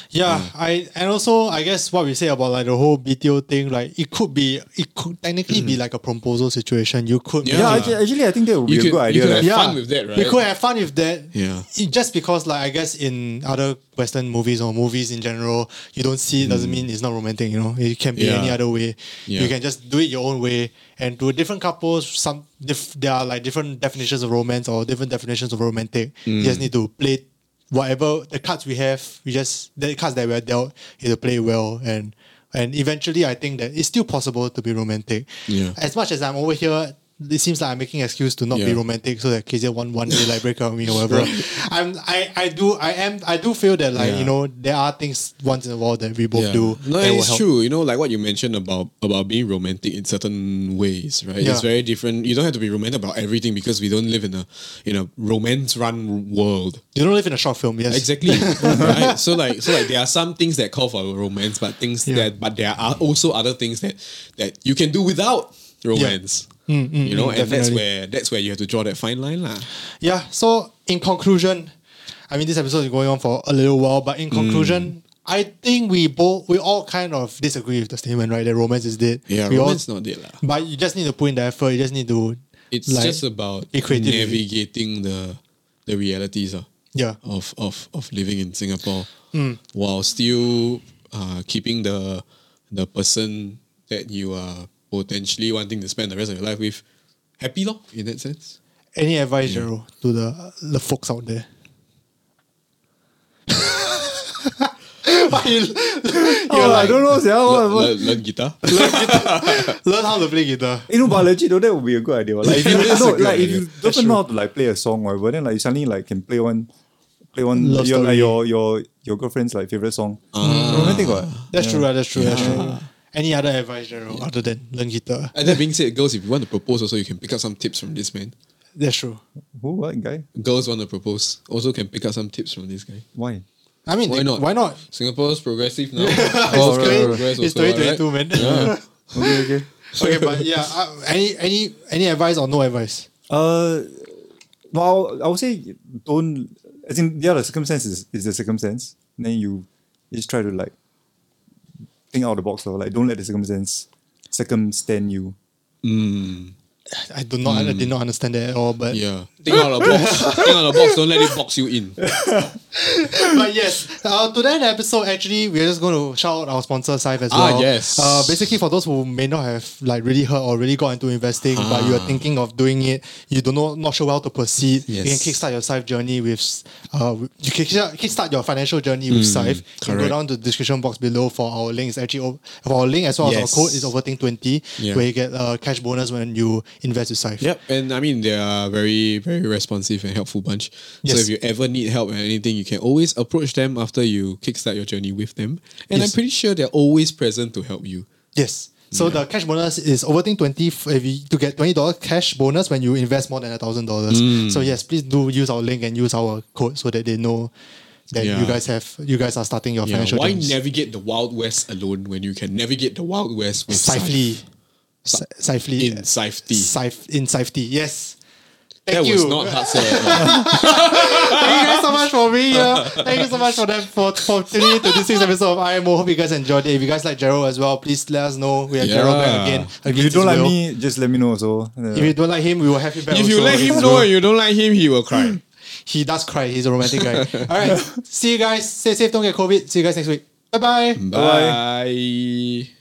Yeah, I and also I guess what we say about like the whole BTO thing, like it could be it could technically be like a proposal situation. You could
Yeah.
yeah. Actually, actually, I think that would be
You
a
could-
good
you
idea.
could
lah.
have-
yeah.
fun with that,
We
right?
could have fun with that.
Yeah.
It- just because, like, I guess in other Western movies or movies in general, you don't see it doesn't mean it's not romantic, you know? It can be
Mm. Yeah.
any other way.
Yeah.
You can just do it your own way. And to different couples, some dif- there are like different definitions of romance or different definitions of romantic. You
Mm.
just need to play whatever the cards we have, we just, the cards that we're dealt, you have to play well. And and eventually, I think that it's still possible to be romantic.
Yeah.
As much as I'm over here, it seems like I'm making excuse to not be
Yeah.
romantic so that KZ one one day like break up with me or whatever. I'm I, I do I am I do feel that like
Yeah.
you know there are things once in a while that we both do.
No,
that
and
will
it's
help.
true. You know, like what you mentioned about about being romantic in certain ways, right?
Yeah.
It's very different. You don't have to be romantic about everything because we don't live in a in a romance run world.
You don't live in a short film, yes.
Exactly. right. So like so like there are some things that call for romance, but things
Yeah.
that but there are also other things that that you can do without romance. you know,
Mm,
and that's
definitely.
where that's where you have to draw that fine line, lah.
Yeah. So in conclusion, I mean this episode is going on for a little while, but in
Hmm.
conclusion, I think we both we all kind of disagree with the statement, right? That romance is dead.
Yeah,
we
romance
all,
not dead, lah.
But you just need to put in the effort, you just need to
It's
like-
just about
be creative.
navigating the the realities ah,
Yeah. Mm.
of of of living in Singapore while still uh, keeping the the person that you are potentially wanting to spend the rest of your life with happy, lor, in that sense.
Any advice, Jero, to the the folks out there? Why you-
Oh, I don't know. sia, what-
Learn-
what-
learn- learn guitar.
Learn how to play guitar.
You know, but legit, though, that would be a good idea. Like if you
It is a
no,
good
like if
idea.
you don't know how to like play a song or whatever, then like you suddenly like can play one, play one
Love
your,
story.
like, your your your girlfriend's like favorite song.
Ah.
Romantic what?
That's true, right? that's true, that's true. Any other advice, Jero, other than learn guitar?
And that being said, girls, if you want to propose, also you can pick up some tips from this man.
That's true.
Who what guy?
Girls want to propose, also can pick up some tips from this guy.
Why?
I mean,
Why
they-
not? Oh,
Why not?
Singapore's progressive now.
It's,
Girls can
twenty-
progress
it's
also,
2022,
alright?
man.
Okay, okay.
okay, but yeah, uh, any any any advice or no advice?
Uh, well, I would say don't. As in, yeah, the circumstance is, is the circumstance. Then you just try to like think out of the box, or like don't let the circumstance circumstand you.
I do not I did not understand that at all. But
Yeah. Think out of the box. Think out of the box. Don't let it box you in.
but yes, uh, to that episode, actually, we're just going to shout out our sponsor, Sive, as
Ah,
well.
yes.
Uh, basically, for those who may not have like really heard or really got into investing, but
Ah.
you are thinking of doing it, you don't know, not sure how to proceed. You can
Yes.
kickstart your Sive journey with, uh, with- you can kickstart- kickstart your financial journey with Sive. You can go
Mm, correct.
down to the description box below for our link. It's actually o- for our link as well as
Yes.
our code is overthink20,
Yeah.
where you get uh, cash bonus when you invest with Sive.
Yep, and I mean they are very, very responsive and helpful bunch.
Yes.
So if you ever need help and anything, you can always approach them after you kickstart your journey with them. And
Yes.
I'm pretty sure they're always present to help you.
Yes. So the cash bonus is overthink twenty f- if you, to get twenty dollar cash bonus when you invest more than thousand dollars.
Mm.
So yes, please do use our link and use our code so that they know that
Yeah.
you guys have you guys are starting your
Yeah,
financial
why
journeys.
navigate the Wild West alone when you can navigate the Wild West with
Safely,
Syf-
safely
in safety?
Sif- in safety. Yes.
that
Thank
was
you.
not hard sell at all.
Thank you guys so much for being here. Thank you so much for that for, for tuning in to this week's episode of IMO. Hope you guys enjoyed it. If you guys like Gerald as well, please let us know. We have Gerald back
Yeah.
again.
If you
against
don't like
his will.
me, just let me know. So
if you don't like him, we will have you back.
If you
also
let him
against
know
will.
and you don't like him, he will cry.
He does cry. He's a romantic guy. All right. See you guys. Stay safe. Don't get COVID. See you guys next week. Bye bye.
Bye.